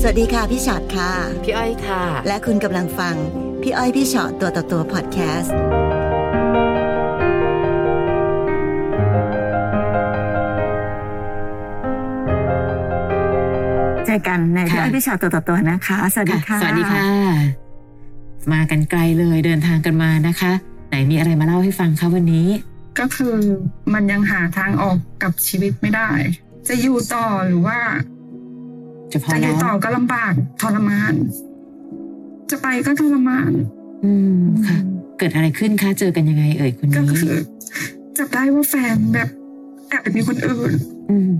สวัสดีค่ะ พี่ชอตค่ะ พี่อ้อยค่ะ และคุณกำลังฟัง พี่อ้อยพี่ชอตตัวต่อตัวพอดแคสต์ เจอกันในพี่ ค่ะ อ้อยพี่ชอตตัวต่อตัวนะคะ สวัสดีค่ะ สวัสดีค่ะ มากันไกลเลยเดินทางกันมานะคะ ไหนมีอะไรมาเล่าให้ฟังคะวันนี้ ก็คือมันยังหาทางออกกับชีวิตไม่ได้ จะอยู่ต่อหรือว่า จะพอ จะอ แล้ ยู่ ว ต่อก็ลำบากทรมาน จะไปก็ทรมาน อืมค่ะ เกิดอะไรขึ้นคะเจอกันยังไงเอ่ยคน ก็ นี้ คือจับได้ว่าแฟนแบบแอบไปมีคนอื่น อืม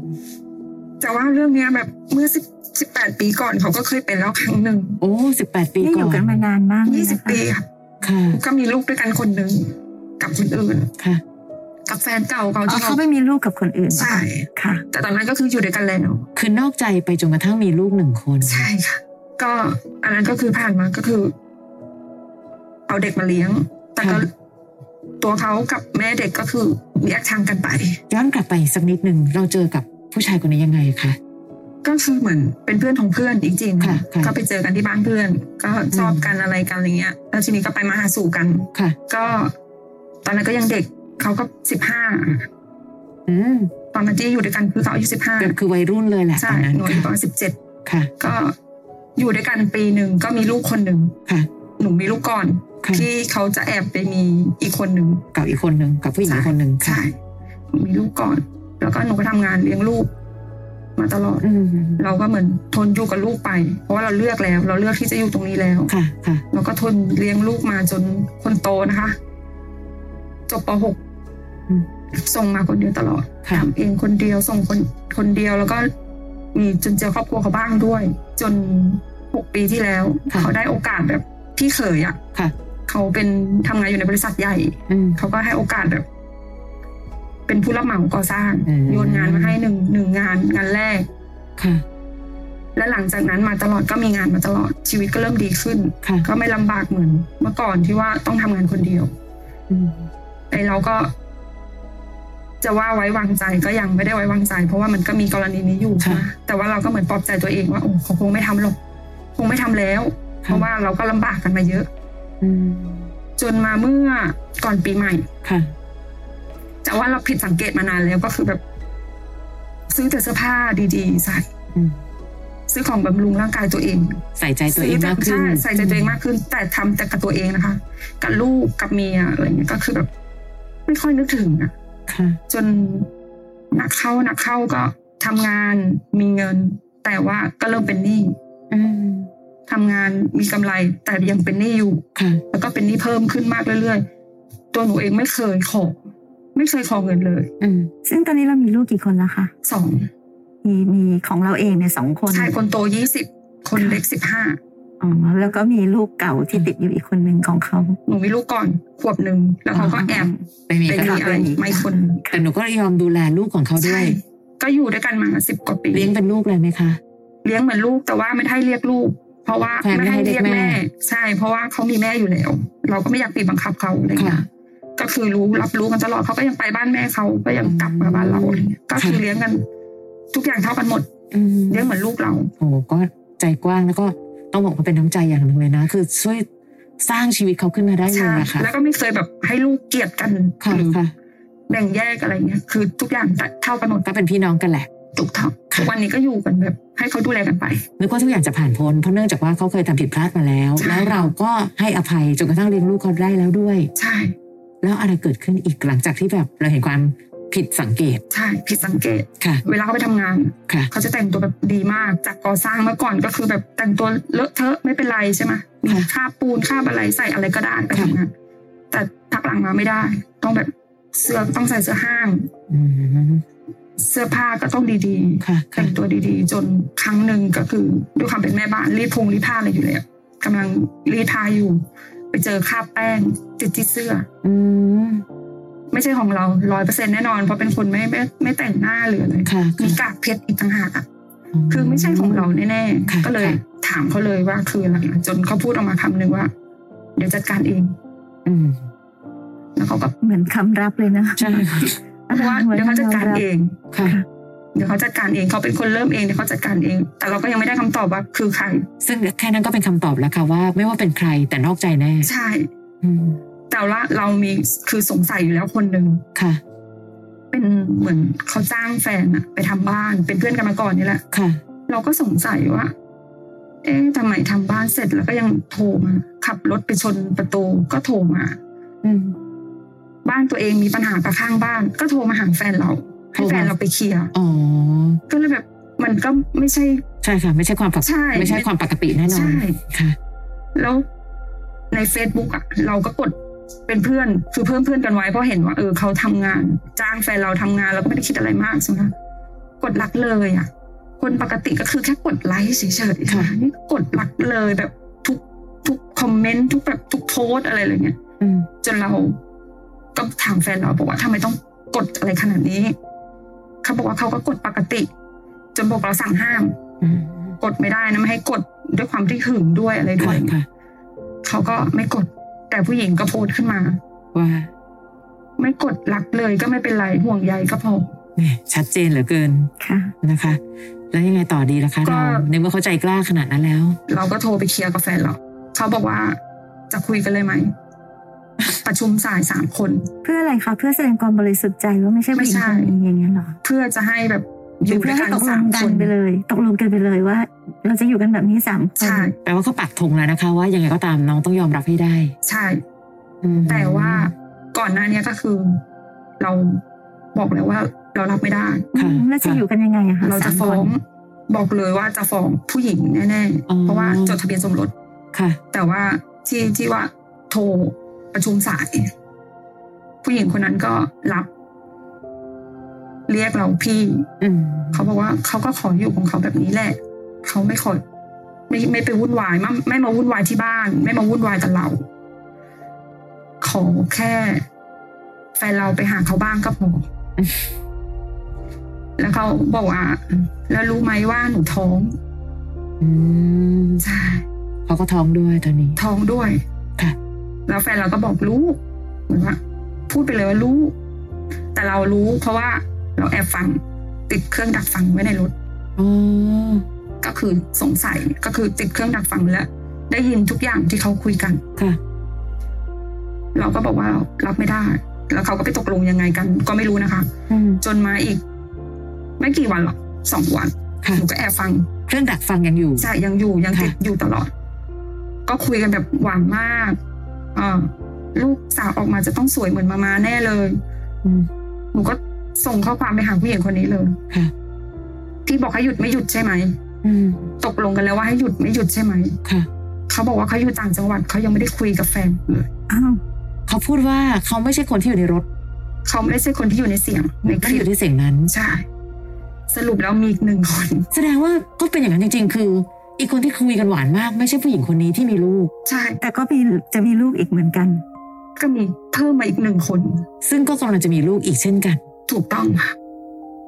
แต่ว่าเรื่องเนี้ยแบบเมื่อสิบสิบแปดปีก่อนเขาก็เคยเป็นแล้วครั้งหนึ่ง โอ้สิบแปดปี นี่อ ก่อยู่ กัน น มานานมากเล ยี่ นะ สิบ คะ ปีค่ะ ค่ะ ก็มีลูกด้วยกันคนหนึ่งกับคนอื่น ค่ะ กับแฟนเก่าเขา อ๋อ ที่ เขา เขา ไม่มีลูกกับคนอื่นเหรอ ใช่ ค่ะ แต่ตอนนั้นก็คืออยู่ด้วยกันแล้ว คือนอกใจไปจนกระทั่งมีลูกหนึ่งคน ใช่ค่ะ ก็อันนั้นก็คือผ่านมาก็คือ เอาเด็กมาเลี้ยง แต่ก็ตัวเขากับแม่เด็กก็คือแยกทางกันไป ย้อนกลับไปสักนิดหนึ่งเราเจอกับผู้ชายคนนี้ยังไงคะ ก็คือเหมือนเป็นเพื่อนของเพื่อนจริง ค่ะค่ะ ก็ไปเจอกันที่บ้านเพื่อน ก็ชอบ อืม กันอะไรกันอะไรเงี้ย แล้วทีนี้ก็ไปมาหาสู่กัน ค่ะ ก็ตอนนั้นก็ยังเด็กเขาก็สิบห้า อืม ตอนนั้นที่อยู่ด้วยกันคือเขาอายุสิบห้า แบบคือวัยรุ่นเลยแหละต ใช่ อนนั้น หนูอายุประ ค่ะ มาณสิบเจ็ด ค่ะ ก็อยู่ด้วยกันปีหนึ่งก็มีลูกคนหนึ่ง ค่ะ หนูมีลูกก่อน ค่ะ ที่เขาจะแอบไปมีอีกคนหนึ่ง กับอีกคนหนึ่งกับผู้หญิงอีกคนหนึ่งค่ะ ใช่มีลูกก่อน แล้วก็หนูก็ทำงานเลี้ยงลูก มาตลอด อืม เราก็เหมือนทนอยู่กับลูกไป เพราะว่าเราเลือกแล้ว เราเลือกที่จะอยู่ตรงนี้แล้ว ค่ะค่ะ เราก็ทนเลี้ยงลูกมาจนคนโตนะคะ จบป อืม .6 ส่งมาคนเดียวตลอด ค่ะ ทำเองคนเดียวส่งคนคนเดียวแล้วก็มีจนเจอครอบครัวเขาบ้างด้วย จนหกปีที่แล้ว ค่ะ เขาได้โอกาสแบบพี่เขยอะ ค่ะ ่ะเขาเป็นทำงานอยู่ในบริษัทใหญ่ อืม เขาก็ให้โอกาสแบบ เป็นผู้รับเหมาก่อสร้าง อืม โยนงานมาให้หนึ่งหนึ่งงานงานแรก ค่ะ และหลังจากนั้นมาตลอดก็มีงานมาตลอดชีวิตก็เริ่มดีขึ้น ค่ะ ก็ไม่ลำบากเหมือนเมื่อก่อนที่ว่าต้องทำงานคนเดียว อืม ไอเราก็ จะว่าไว้วางใจก็ยังไม่ได้ไว้วางใจ เพราะว่ามันก็มีกรณีนี้อยู่ใช่ไหมแต่ว่าเราก็เหมือนปลอบใจตัวเองว่าโอ้เขาคงไม่ทำหรอกคงไม่ทำแล้ว เพราะว่าเราก็ลำบากกันมาเยอะ อืม จนมาเมื่อก่อนปีใหม่ ค่ะ แต่ว่าเราผิดสังเกตมานานแล้วก็คือแบบ ซื้อแต่เสื้อผ้าดีๆใส่ อืม ซื้อของบำรุงร่างกายตัวเอง ใส่ใจตัวเอ ซื้ ง แต่ มากขึ้น ใช่ใส่ใจตัวเองมากขึ้น แต่ทำแต่กับตัวเองนะคะ กับลูกกับเมียอะไรเงี้ยก็คือแบบ ไม่ค่อยนึกถึงอะ ค่ะ จนหนักเข้าหนักเข้าก็ทำงานมีเงิน แต่ว่าก็เริ่มเป็นหนี้ อืม ทำงานมีกำไร แต่ยังเป็นหนี้อยู่ ค่ะ แล้วก็เป็นหนี้เพิ่มขึ้นมากเรื่อยๆ ตัวหนูเองไม่เคยขอไม่เคยขอเงินเลย อืม ซึ่งตอนนี้เรามีลูกกี่คนแล้วคะ สอง มีมีของเราเองเนี่ยสองคน ใช่คนโตยี่สิบคนเล็กสิบห้า อ๋อแล้วก็มีลูกเก่าที่ติดอยู่อีกคนหนึ่งของเขา หนูมีลูกก่อนขวบหนึ่งแล้วเขาก็แอบ ไปมี ไป กัน มีอะไรไม่คน แต่หนูก็ยอมดูแลลูกของเขาด้ว ใช่ ย ก็อยู่ด้วยกันมาสิบกว่าปี เลี้ยงเป็นลูกเลยไหมคะ เลี้ยงเหมือนลูกแต่ว่าไม่ให้เรียกลูก เพราะว่า แฟนไม่ ไม่ ให้ ให้ เรี เรี ย ย ก ก แม่ แม่ ใช่ เพราะว่าเขามีแม่อยู่แล้ว เราก็ไม่อยากปีบบังคับเขาอะไร ค่ะ เงี้ยก็คือรู้รับรู้กันตลอดเขาก็ยังไปบ้านแม่เขาก็ยังกลับมาบ้านเราอะไรเงี้ยก็คือ ค่ะ เลี้ยงกัน ทุกอย่างเท่ากันหมด อืม เลี้ยงเหมือนลูกเรา โอ้ก็ใจกว้างแล้วก็ต้องบอกว่าเป็นน้ำใจอย่างหนึ่งเลยนะ คือช่วยสร้างชีวิตเขาขึ้นมาได้เล ใช่ ยนะคะ แล้วก็ไม่เคยแบบให้ลูกเกลียดกัน ค่ะ หรือ ค่ะ แบ่งแยกอะไรเงี้ยคือทุกอย่างเท่ากันหมด ก็เป็นพี่น้องกันแหละ ถูกต้อง ค่ะ ทุกวันนี้ก็อยู่กันแบบ ให้เขาดูแลกันไป นึกว่าทุกอย่างจะผ่านพ้นเพราะเนื่องจากว่าเขาเคยทำผิดพลาดมาแล้ว ใช่ แล้วเราก็ให้อภัยจนกระทั่งเลี้ยงลูกเขาได้แล้วด้วย ใช่ แล้วอะไรเกิดขึ้นอีกหลังจากที่แบบเราเห็นความผิดสังเกต ใช่ผิดสังเกต ค่ะ เวลาเขาไปทำงาน ค่ะ เขาจะแต่งตัวแบบดีมาก จากก่อสร้างเมื่อก่อนก็คือแบบแต่งตัวเลอะเทอะไม่เป็นไรใช่ไหมมี ค่ะ คราบปูนคราบอะไรใส่อะไรก็ได้ไป ค่ะ ทำงานแต่พักหลังมาไม่ได้ ต้องแบบเสื้อต้องใส่เสื้อห้าง อืม เสื้อผ้าก็ต้องดี ค่ะ ๆ ค่ะ แต่งตัวดีๆ จนครั้งหนึ่งก็คือด้วยความเป็นแม่บ้านรีดพงรีดผ้าอะไรอยู่แล้วกำลังรีดผ้าอยู่ ไปเจอคราบแป้งติดที่เสื้อ อืม ไม่ใช่ของเราร้อยเปอร์เซ็นแน่นอน เพราะเป็นคนไม่ไม่ไม่แต่งหน้าหรืออะไร ค่ะ มี ค่ะ กากเพชรอีกต่างหากอะคือไม่ใช่ของเราแน่ ค่ะ ๆ ก็เลย ค่ะ ถามเขาเลยว่าคืออะไรจนเขาพูดออกมาคำหนึ่งว่า เดี๋ยวจัดการเอง อืม แล้วเขาก็ เหมือนคำรับเลยนะ ใช่ค่ะ ว่า หมือน เดี๋ยวเขาจัดการ คำบ เอง ค่ะ เดี๋ยวเขาจัดการเองเขาเป็นคนเริ่มเองเดี๋ยวเขาจัดการเอง แต่เราก็ยังไม่ได้คำตอบว่าคือใคร ซึ่งแค่นั้นก็เป็นคำตอบแล้วค่ะว่าไม่ว่าเป็นใครแต่นอกใจแน่ ใช่ อืม แต่ว่าเรามีคือสงสัยอยู่แล้วคนหนึ่ง ค่ะ เป็นเหมือนเขาจ้างแฟนอะไปทำบ้านเป็นเพื่อนกันมาก่อนนี่แหละ ค่ะ เราก็สงสัยว่า เอ๊ะทำไมทำบ้านเสร็จแล้วก็ยังโทรมาขับรถไปชนประตูก็โทรมา อืม บ้านตัวเองมีปัญหากับข้างบ้าน ก็โทรมาหาแฟนเราให้แฟนเราไปเคลียร์ อ๋อ ก็เลยแบบมันก็ไม่ใช่ ใช่ค่ะ ไม่ใช่ความปก ใช่ ไม่ใช่ความปกติแน่นอน ใช่ ค่ะ แล้วใน Facebook อ่ะเราก็กดเป็นเพื่อนคือเพิ่มเพื่อนกันไว้เพราะเห็นว่าเออเขาทำงาน จ้างแฟนเราทำงานเราก็ไม่ได้คิดอะไรมากใช่ไหมกดรักเลยอ่ะ คนปกติก็คือแค่กดไลค์เฉยๆ ค่ะ นี่กดรักเลยแบบทุกทุกคอมเมนต์ทุกแบบทุกโพสต์อะไรอย่างเงี้ย อืม จนเราก็ถามแฟนเราบอกว่าทำไมต้องกดอะไรขนาดนี้ เขาบอกว่าเขาก็กดปกติ จนบอกเราสั่งห้าม อืม กดไม่ได้นะไม่ให้กดด้วยความที่หึงด้วยอะไรด้ว ค่ะ ย ค่ะ เขาก็ไม่กด แต่ผู้หญิงก็โพสต์ขึ้นมา ว่า ไม่กดรักเลยก็ไม่เป็นไรห่วงใยก็พอ เนี่ยชัดเจนเหลือเกิน ค่ะ นะคะ แล้วยังไงต่อดีล่ะคะ ก็ เราในเมื่อเขาใจกล้าขนาดนั้นแล้ว เราก็โทรไปเคลียร์กับแฟนเราเขาบอกว่าจะคุยกันเลยไหม ประชุมสายสามคน เพื่ออะไรคะเพื่อแสดงความบริสุทธิ์ใจว่าไม่ใช่ผู้หญิง ไม่ใช่ คนนี้อย่างเงี้ยเหรอ เพื่อจะให้แบบอ หรือยู่ เพื่ ด้ อ วย ให้ กัน ตกล สาม ง ค กัน น ไปเลย ตกลงกันไปเลยว่า เราจะอยู่กันแบบนี้สามคน ใช่ แปลว่าเขาปักธงแล้วนะคะ ว่ายังไงก็ตามน้องต้องยอมรับให้ได้ ใช่ อืม แต่ว่าก่อนหน้าเนี้ยก็คือ เราบอกแล้วว่าเรารับไม่ได้ ค่ะ แล้วจะ ค่ อยู่กันยังไงอะคะ เราจะ สมคน ฟ้องบอกเลยว่าจะฟ้องผู้หญิงแน่ อ๋อ ๆ เพราะว่าจดทะเบียนสมรส ค่ะ แต่ว่าที่ที่ว่าโทรประชุมสาย ผู้หญิงคนนั้นก็รับ เรียกเราพี่ อืม เขาบอกว่าเขาก็ขออยู่ของเขาแบบนี้แหละ เขาไม่ขอไม่ไม่ไปวุ่นวายไม่ไม่มาวุ่นวายที่บ้าน ไม่มาวุ่นวายกับเรา ขอแค่ แฟนเราไปหาเขาบ้างก็พออแล้วเขาบอกว่าแล้วรู้ไหมว่าหนูท้อง อืม ใช่ เขาก็ท้องด้วยตอนนี้ ท้องด้วย ค่ะ แล้วแฟนเราก็บอกรู้เหมือนว่าพูดไปเลยว่ารู้ แต่เรารู้เพราะว่าเราแอบฟังติดเครื่องดักฟังไว้ในรถ อ๋อ ก็คือสงสัยก็คือติดเครื่องดักฟังแล้ว ได้ยินทุกอย่างที่เขาคุยกัน ค่ะ เราก็บอกว่าเรารับไม่ได้ แล้วเขาก็ไปตกลงยังไงกัน ก็ไม่รู้นะคะ อืม จนมาอีก ไม่กี่วันหรอกสองวัน ค่ะ หนูก็แอบฟัง เครื่องดักฟังยังอยู่ ใช่ยังอยู่ยังติดอยู่ตลอด ก็คุยกันแบบหวังมากเออลูกสาวออกมาจะต้องสวยเหมือนมามาแน่เลย อืม หนูก็ส่งข้อความไปหาผู้หญิงคนนี้เลย ค่ะ ที่บอกให้หยุดไม่หยุดใช่ไหม อืม ตกลงกันแล้วว่าให้หยุดไม่หยุดใช่ไหม ค่ะ เขาบอกว่าเขาอยู่ต่างจังหวัดเขายังไม่ได้คุยกับแฟนเลย อ้าว เขาพูดว่าเขาไม่ใช่คนที่อยู่ในรถ เขาไม่ใช่คนที่อยู่ในเสียงในค ไม่อลิป ยู่ที่เสียงนั้น ใช่ สรุปแล้วมีอีกหนึ่งคน แสดงว่าก็เป็นอย่างนั้นจริง ๆ คือ อีกคนที่คุยกันหวานมาก ไม่ใช่ผู้หญิงคนนี้ที่มีลูก ใช่ แต่ก็มีจะมีลูกอีกเหมือนกัน ก็มีเพิ่มมาอีกหนึ่งคน ซึ่งก็กำลังจะมีลูกอีกเช่นกัน ถูกต้องค่ะ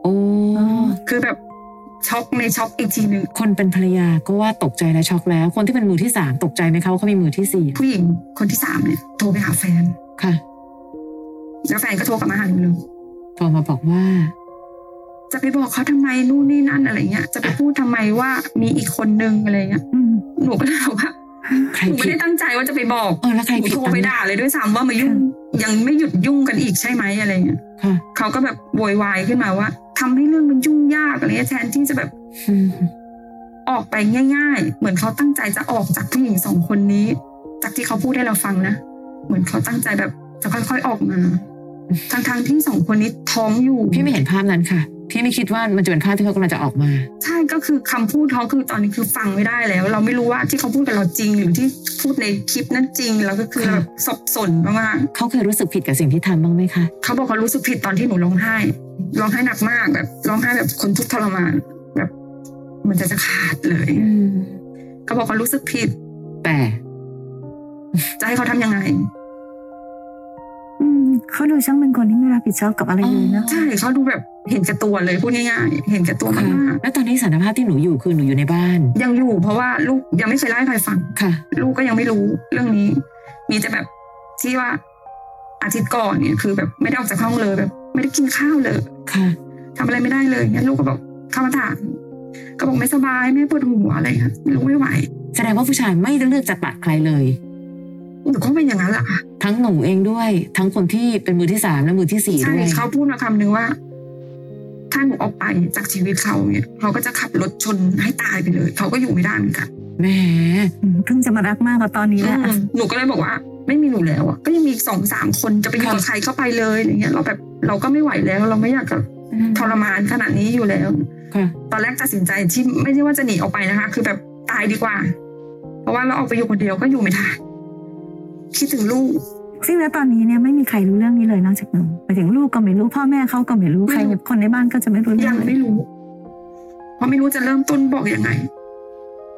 โอ้ อ๋อ คือแบบช็อกในช็อกอีกทีหนึ่ง คนเป็นภรรยาก็ว่าตกใจและช็อกแล้ว คนที่เป็นมือที่สามตกใจไหมคะว่าเขามีมือที่สี่ ผู้หญิงคนที่สามเนี่ยโทรไปหาแฟน ค่ะ แล้วแฟนก็โทรกลับมาหาหนูเลย โทรมาบอกว่า จะไปบอกเขาทำไมนู่นนี่นั่นอะไรเงี้ย จะไปพูดทำไมว่ามีอีกคนนึงอะไรเงี้ย อืม หนูก็เลยบอกว่า ใค ห ร นูไม่ ผิด ได้ตั้งใจว่าจะไปบอก เออแล้วใคร หนู ผิด โทร ตอน ไป นั้น ด่าเลยด้วยซ้ำว่ามายุ่งยังไม่หยุดยุ่งกันอีกใช่ไหมอะไรเงี้ย ค่ะ เขาก็แบบโวยวายขึ้นมาว่าทำให้เรื่องมันยุ่งยากอะไรเงี้ยแทนที่จะแบบ อืม ออกไปง่าย ๆ เหมือนเขาตั้งใจจะออกจากผู้หญิงสองคนนี้ จากที่เขาพูดให้เราฟังนะ เหมือนเขาตั้งใจแบบจะค่อยๆออกมาทั้งๆที่สองคนนี้ท้องอยู่ พี่ไม่เห็นภาพนั้นค่ะ พี่ไม่คิดว่ามันจะเป็นภาพที่เขากำลังจะออกมา ใช่ก็คือคำพูดเขาคือตอนนี้คือฟังไม่ได้แล้ว เราไม่รู้ว่าที่เขาพูดกับเราจริง หรือที่พูดในคลิปนั้นจริงแล้วก็คือ ค่ะ แบบสับสนมาก เขาเคยรู้สึกผิดกับสิ่งที่ทำบ้างไหมคะ ๆเขาบอกเขารู้สึกผิดตอนที่หนูร้องไห้ร้องไห้หนักมากแบบร้องไห้แบบคนทุกข์ทรมานแบบเหมันจะจะขาดเลย อืม เขาบอกเขารู้สึกผิด แต่ จะให้เขาทำยังไง อืมเขาดูช่างเป็นคนที่ไม่รับผิดชอบกับอะไรเลยเนอะ ใช่เขาดูแบบเห็นแก่ตัวเลยพูดง่ายๆ เห็นแก่ตัว ค่ะ มาก แล้วตอนนี้สถานภาพที่หนูอยู่คือหนูอยู่ในบ้าน ๆยังอยู่เพราะว่าลูกยังไม่เคยเล่าให้ใครฟัง ค่ะ ลูกก็ยังไม่รู้เรื่องนี้ มีแต่แบบที่ว่าอาทิตย์ก่อนเนี่ยคือแบบไม่ได้ออกจากห้องเลยแบบ ไม่ได้กินข้าวเลย ค่ะ ทำอะไรไม่ได้เลยเนี่ยลูกก็บอก เข้ามาถามก็บอกไม่สบายไม่ปวดหัวอะไรเงี้ยไม่รู้ไม่ไหว แสดงว่าผู้ชายไม่เลือกจะปัดใครเลย หนูก็เป็นอย่างนั้นแหละค่ะ ทั้งหนูเองด้วย ทั้งคนที่เป็นมือที่สามและมือที่สี่ ใช่ ด้วย เขาพูดมาคำนึงว่า ถ้าหนูออกไปจากชีวิตเขาเนี่ยเขาก็จะขับรถชนให้ตายไปเลยเขาก็อยู่ไม่ได้เหมือนกัน แหม อืมเพิ่งจะมารักมากกว่าตอนนี้แหละ อืมหนูก็เลยบอกว่า ไม่มีหนูแล้วอ่ะก็ยังมีอีกสองสามคนจะไปอยู่กับใครก็ไปเลยอย่างเงี้ยเราแบบเราก็ไม่ไหวแล้ว เราไม่อยากจะทรมานขนาดนี้อยู่แล้ว ค่ะ ตอนแรกตัดสินใจที่ไม่ใช่ว่าจะหนีออกไปนะคะ คือแบบตายดีกว่า เพราะว่าเราออกไปอยู่คนเดียวก็อยู่ไม่ได้คิดถึงลูก ซึ่งณตอนนี้เนี่ยไม่มีใครรู้เรื่องนี้เลยนอกจากหนูไปถึงลูกก็ไม่รู้พ่อแม่เขาก็ไม่รู้ ไม่รู้ ใครคนในบ้านก็จะไม่รู้เรื่ ยั อง ง เล ไม่ ย รู้ เพราะไม่รู้จะเริ่มต้นบอกยังไง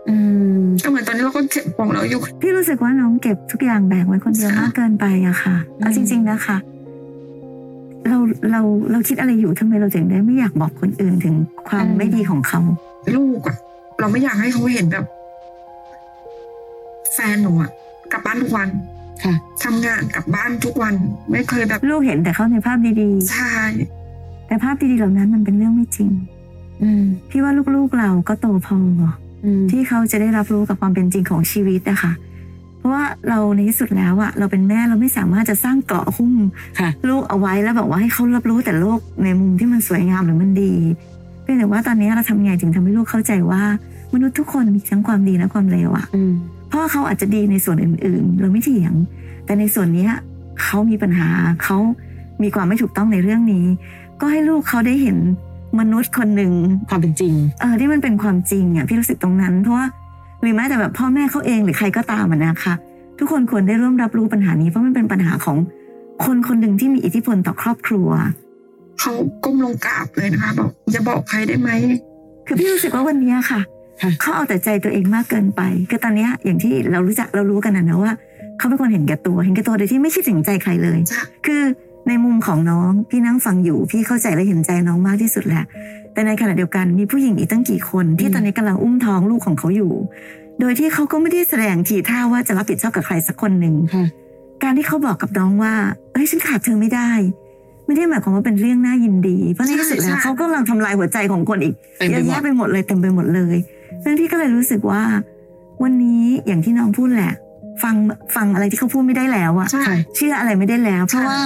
อืม ก็เหมือนตอนนี้เราก็เก็บของเราอยู่ พี่รู้สึกว่าน้องเก็บทุกอย่างแบกไว้คนเดียว ค่ะ มากเกินไปอะค่ะเอาจริง ๆนะคะ เราเราเราคิดอะไรอยู่ทำไมเราถึงได้ไม่อยากบอกคนอื่นถึงความ อืม ไม่ดีของเขา ลูกอะเราไม่อยากให้เขาเห็นแบบ แฟนหนูอะกลับบ้านทุกวัน ค่ะ ทำงานกลับบ้านทุกวัน ไม่เคยแบบ ลูกเห็นแต่เขาในภาพดี ใช่ ๆ แต่ภาพดีๆเหล่านั้นมันเป็นเรื่องไม่จริง อืม พี่ว่าลูกๆเราก็โตพอ อืม ที่เขาจะได้รับรู้กับความเป็นจริงของชีวิตนะคะ เพราะว่าเราในที่สุดแล้วอะเราเป็นแม่เราไม่สามารถจะสร้างเกราะหุ้ม ค่ะ ลูกเอาไว้แล้วบอกว่าให้เขารับรู้แต่โลกในมุมที่มันสวยงามหรือมันดีเพียงแต่ว่าตอนนี้เราทำไงถึงทำให้ลูกเข้าใจว่า มนุษย์ทุกคนมีทั้งความดีและความเลวอะ อืม พ่อเขาอาจจะดีในส่วนอื่น ๆ เราไม่เถียง แต่ในส่วนเนี้ยเขามีปัญหาเขามีความไม่ถูกต้องในเรื่องนี้ ก็ให้ลูกเขาได้เห็นมนุษย์คนหนึ่ง ความเป็นจริง เออที่มันเป็นความจริงอ่ะพี่รู้สึกตรงนั้น เพราะว่าหรือแม้แต่แบบพ่อแม่เขาเองหรือใครก็ตามอะนะคะ ทุกคนควรได้ร่วมรับรู้ปัญหานี้เพราะมันเป็นปัญหาของคนคนหนึ่งที่มีอิทธิพลต่อครอบครัว เขาก้มลงกราบเลยนะคะ บอกอย่าบอกใครได้ไหม คือพี่รู้สึกว่าวันเนี้ยค่ะ ค่ะ เขาเอาแต่ใจตัวเองมากเกินไป คือตอนเนี้ยอย่างที่เรารู้จักเรารู้กันนะนะว่าเขาเป็นคนเห็นแก่ตัวเห็นแก่ตัวโดยที่ไม่คิดถึงใจใครเลย จ้ะ คือในมุมของน้องพี่นั่งฟังอยู่ พี่เข้าใจและเห็นใจน้องมากที่สุดแหละ แต่ในขณะเดียวกันมีผู้หญิงอีกตั้งกี่คน ที่ตอนนี้กำลังอุ้มท้องลูกของเขาอยู่ โดยที่เขาก็ไม่ได้แสดงทีท่าว่าจะรับผิดชอบกับใครสักคนหนึ่ง ค่ะ การที่เขาบอกกับน้องว่าเอ้ยฉันขาดเธอไม่ได้ ไม่ได้หมายความว่าเป็นเรื่องน่ายินดีเพราะในที่สุดแล้วเขากำลังทำลายหัวใจของคนอีก เต็ม เย ไปหมดอะแยะไปหมดเลยเต็มไปหมดเลยเรื่องที่ก็เลยรู้สึกว่า วันนี้อย่างที่น้องพูดแหละ ฟังฟังอะไรที่เขาพูดไม่ได้แล้วอะ ใช่ ค่ะ เชื่ออะไรไม่ได้แล้ว เพราะว่า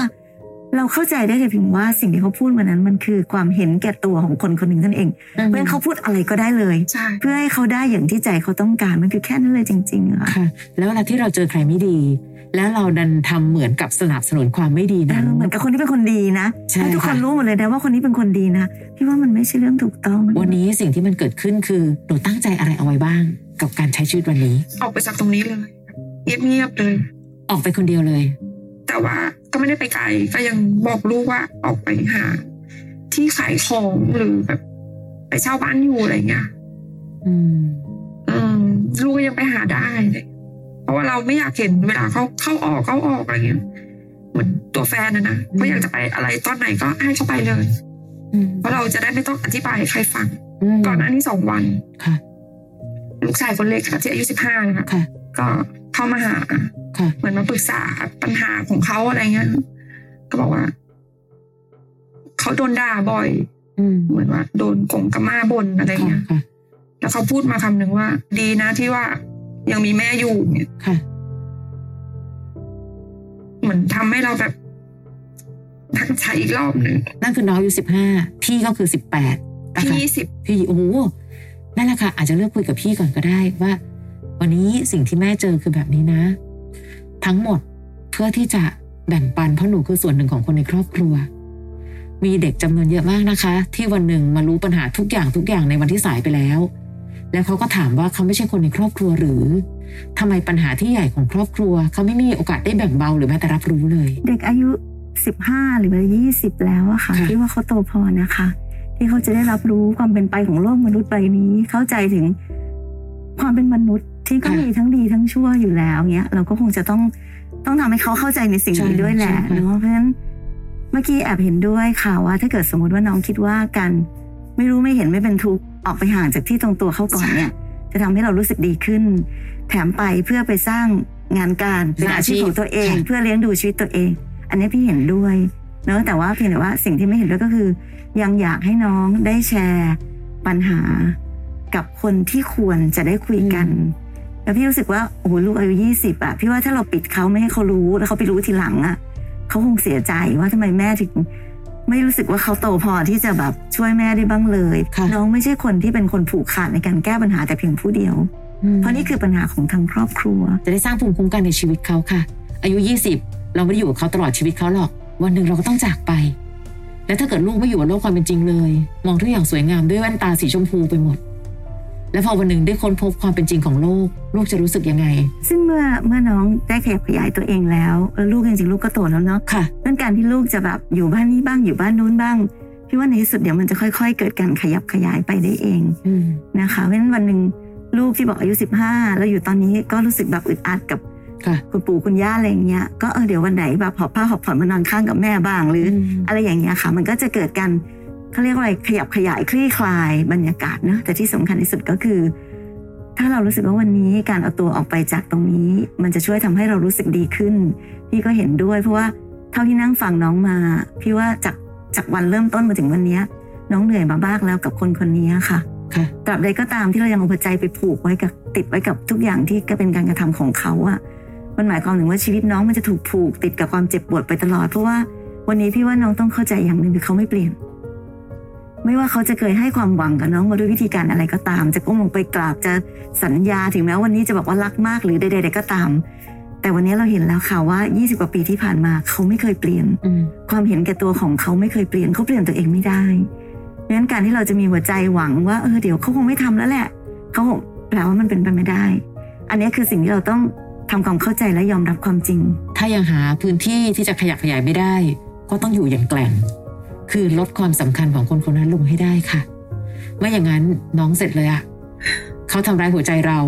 เราเข้าใจได้แต่เพียงว่าสิ่งที่เขาพูดมานั้น มันคือความเห็นแก่ตัวของคนคนหนึ่งนั่นเองเพราะฉะนั้นเขาพูดอะไรก็ได้เลย ใช่ เพื่อให้เขาได้อย่างที่ใจเขาต้องการมันคือแค่นั้นเลยจริงๆอะค่ะ ค่ะ แล้วเวลาที่เราเจอใครไม่ดี แล้วเราดันทำเหมือนกับสนับสนุนความไม่ดี เอ นั้น อเหมือนกับคนที่เป็นคนดีนะ ใช่ ให้ทุกค ค่ะ นรู้หมดเลยนะว่าคนนี้เป็นคนดีนะพี่ว่ามันไม่ใช่เรื่องถูกต้อง วันนี้สิ่งที่มันเกิดขึ้นคือหนูตั้งใจอะไรเอาไว้บ้าง กับการใช้ชีวิตวันนี้ ออกไปจากตรงนี้เลยเงียบๆเลย ออกไปคนเดียวเลย แต่ว่าก็ไม่ได้ไปไกลก็ยังบอกลูกว่าออกไปหา ที่ขายของหรือแบบ ไปเช่าบ้านอยู่อะไรเงี้ย อืม อืมลูกก็ยังไปหาได้เลยเพราะว่าเราไม่อยากเห็นเวลาเขาเข้าออกเข้าออกอะไรเงี้ยเหมือนตัวแฟนนะนะเขาอยากจะไปอะไรตอนไหนก็ให้เขาไปเลย อืม เพราะเราจะได้ไม่ต้องอธิบายให้ใครฟัง อืม ก่อนหน้านี้สองวัน ค่ะ ลูกชายคนเล็กค่ะที่อายุสิบห้านะคะ ค่ะ ก็เข้ามาหา ค่ะ เหมือนมาปรึกษาปัญหาของเขาอะไรเงี้ยก็บอกว่าเขาโดนด่าบ่อย อืม เหมือนว่า โดนกงกระม่าบนอะไร ค่ะ เงี้ย ค่ะ แล้วเขาพูดมาคำหนึ่งว่า ดีนะที่ว่ายังมีแม่อยู่เนี่ย ค่ะ เหมือนทำให้เราแบบทักใช้อีกรอบหนึ่ง นั่นคือน้องอายุสิบห้าพี่ก็คือสิบแปด ที่ยี่สิบ พี่โอ้โหนั่นแหละค่ะ อาจจะเลือกคุยกับพี่ก่อนก็ได้ว่า วันนี้สิ่งที่แม่เจอคือแบบนี้นะ ทั้งหมดเพื่อที่จะแบ่งปันเพราะหนูคือส่วนหนึ่งของคนในครอบครัว มีเด็กจำนวนเยอะมากนะคะ ที่วันหนึ่งมารู้ปัญหาทุกอย่างทุกอย่างในวันที่สายไปแล้ว แล้วเขาก็ถามว่าเขาไม่ใช่คนในครอบครัวหรือทำไมปัญหาที่ใหญ่ของครอบครัว เขาไม่มีโอกาสได้แบ่งเบาหรือแม้แต่รับรู้เลย เด็กอายุ 15 หรือว่า20 แล้วอะค่ะ ค่ะ พี่ว่าเขาโตพอนะคะ ที่เขาจะได้รับรู้ความเป็นไปของโลกมนุษย์ใบนี้ เข้าใจถึงความเป็นมนุษย์ที่ก็มีทั้งดีทั้งชั่วอยู่แล้วเนี้ย เราก็คงจะต้องต้องทำให้เขาเข้าใจในสิ่งนี้ด้วยแหละเนาะเพราะฉะนั้นเมื่อกี้แอบเห็นด้วยค่ะว่า ถ้าเกิดสมมติว่าน้องคิดว่าการไม่รู้ไม่เห็นไม่เป็นทุกข์ออกไปห่างจากที่ตรงตัวเขาก่อนเนี่ย จะทำให้เรารู้สึกดีขึ้น แถมไปเพื่อไปสร้างงานการเป็นอาชีพของตัวเอง ค่ะ เพื่อเลี้ยงดูชีวิตตัวเอง อันนี้พี่เห็นด้วยเนอะแต่ว่าเพียงแต่ว่าสิ่งที่ไม่เห็นด้วยก็คือ ยังอยากให้น้องได้แชร์ ปัญหากับคนที่ควรจะได้คุยกัน แล้วพี่รู้สึกว่าโอ้โหลูกอายุยี่สิบอะพี่ว่าถ้าเราปิดเขาไม่ให้เขารู้แล้วเขาไปรู้ทีหลังอะเขาคงเสียใจว่าทำไมแม่ถึง ไม่รู้สึกว่าเขาโตพอที่จะแบบช่วยแม่ได้บ้างเลย ค่ะ น้องไม่ใช่คนที่เป็นคนผูกขาดในการแก้ปัญหาแต่เพียงผู้เดียว เพราะนี่คือปัญหาของทางครอบครัว จะได้สร้างภูมิคุ้มกันในชีวิตเขาค่ะ อายุ 20 เราไม่ได้อยู่กับเขาตลอดชีวิตเขาหรอก วันหนึ่งเราก็ต้องจากไป และถ้าเกิดลูกไม่อยู่กับโลกความเป็นจริงเลย มองทุกอย่างสวยงามด้วยแว่นตาสีชมพูไปหมด และพอวันหนึ่งได้ค้นพบความเป็นจริงของโลก ลูกจะรู้สึกยังไง ซึ่งเมื่อเมื่อน้องได้ขยับขยายตัวเองแล้วเออลูกจริงๆลูกก็โตแล้วเนาะ ค่ะ นั่นการที่ลูกจะแบบอยู่บ้านนี้บ้างอยู่บ้านนู้นบ้างพี่ว่าในที่สุดเดี๋ยวมันจะค่อย ๆ เกิดการขยับขยายไปได้เอง อืม นะคะเพราะฉะนั้นวันหนึ่งลูกที่บอกอายุ 15 แล้วอยู่ตอนนี้ก็รู้สึกแบบอึดอัดกับ ค่ะ คุณปู่คุณย่าอะไรอย่างเงี้ยก็เออเดี๋ยววันไหนแบบหอบผ้าหอบผ่อนมานอนข้างกับแม่บ้างหรือออะไรอย่างเงี้ยค่ะ มันก็จะเกิดการเขาเรียกว่าอะไรขยับขยายคลี่คลายบรรยากาศเนอะแต่ที่สำคัญที่สุดก็คือ ถ้าเรารู้สึกว่าวันนี้การเอาตัวออกไปจากตรงนี้ มันจะช่วยทำให้เรารู้สึกดีขึ้นพี่ก็เห็นด้วย เพราะว่าเท่าที่นั่งฟังน้องมา พี่ว่าจากจากวันเริ่มต้นมาถึงวันเนี้ย น้องเหนื่อยมาบ้างแล้วกับคนคนนี้ค่ะ ค่ะ ตราบใดก็ตามที่เรายังเอาหัวใจไปผูกไว้กับติดไว้กับทุกอย่างที่ก็เป็นการกระทำของเขาอะมันหมายความถึงว่าชีวิตน้องมันจะถูกผูกติดกับความเจ็บปวดไปตลอด เพราะว่าวันนี้พี่ว่าน้องต้องเข้าใจอย่างหนึ่งคือเขาไม่เปลี่ยน ไม่ว่าเขาจะเคยให้ความหวังกับน้องมาด้วยวิธีการอะไรก็ตาม จะก้มลงไปกราบจะสัญญาถึงแม้วันนี้จะบอกว่ารักมากหรือใดๆก็ตาม แต่วันนี้เราเห็นแล้วค่ะว่า 20 กว่าปีที่ผ่านมาเขาไม่เคยเปลี่ยน อืม ความเห็นแก่ตัวของเขาไม่เคยเปลี่ยนเขาเปลี่ยนตัวเองไม่ได้เพราะฉะนั้นการที่เราจะมีหัวใจหวังว่าเออเดี๋ยวเขาคงไม่ทำแล้วแหละเขาคงแปลว่ามันเป็นไปไม่ได้ อันนี้คือสิ่งที่เราต้องทำความเข้าใจและยอมรับความจริง ถ้ายังหาพื้นที่ที่จะขยับขยายไม่ได้ ก็ต้องอยู่อย่างแกล่ง คือลดความสำคัญของคนคนนั้นลงให้ได้ค่ะ ไม่อย่างนั้นน้องเสร็จเลยอะเขาทำร้ายหัวใจเรา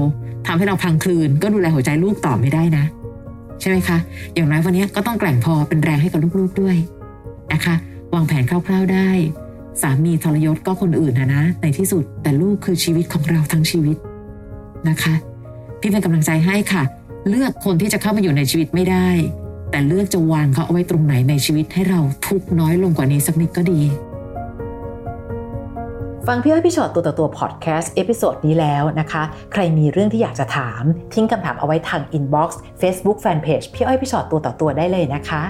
ทำให้เราพังคลืน ก็ดูแลหัวใจลูกต่อไม่ได้นะ ใช่ไหมคะ อย่างน้อยวันนี้ก็ต้องแกล่งพอเป็นแรงให้กับลูกๆด้วยนะคะ วางแผนคร่าวๆได้ สามีทรยศก็คนอื่นนะนะ ในที่สุดแต่ลูกคือชีวิตของเราทั้งชีวิตนะคะ พี่เป็นกำลังใจให้ค่ะ เลือกคนที่จะเข้ามาอยู่ในชีวิตไม่ได้ แต่เลือกจะวางเขาเอาไว้ตรงไหนในชีวิตให้เราทุกข์น้อยลงกว่านี้สักนิดก็ดี ฟังพี่อ้อยพี่ชอตตัวต่อตัวพอดแคสต์เอพิโซดนี้แล้วนะคะ ใครมีเรื่องที่อยากจะถาม ทิ้งคำถามเอาไว้ทางอินบ็อกซ์เฟซบุ๊กแฟนเพจพี่อ้อยพี่ชอตตัวต่อตัวได้เลยนะคะ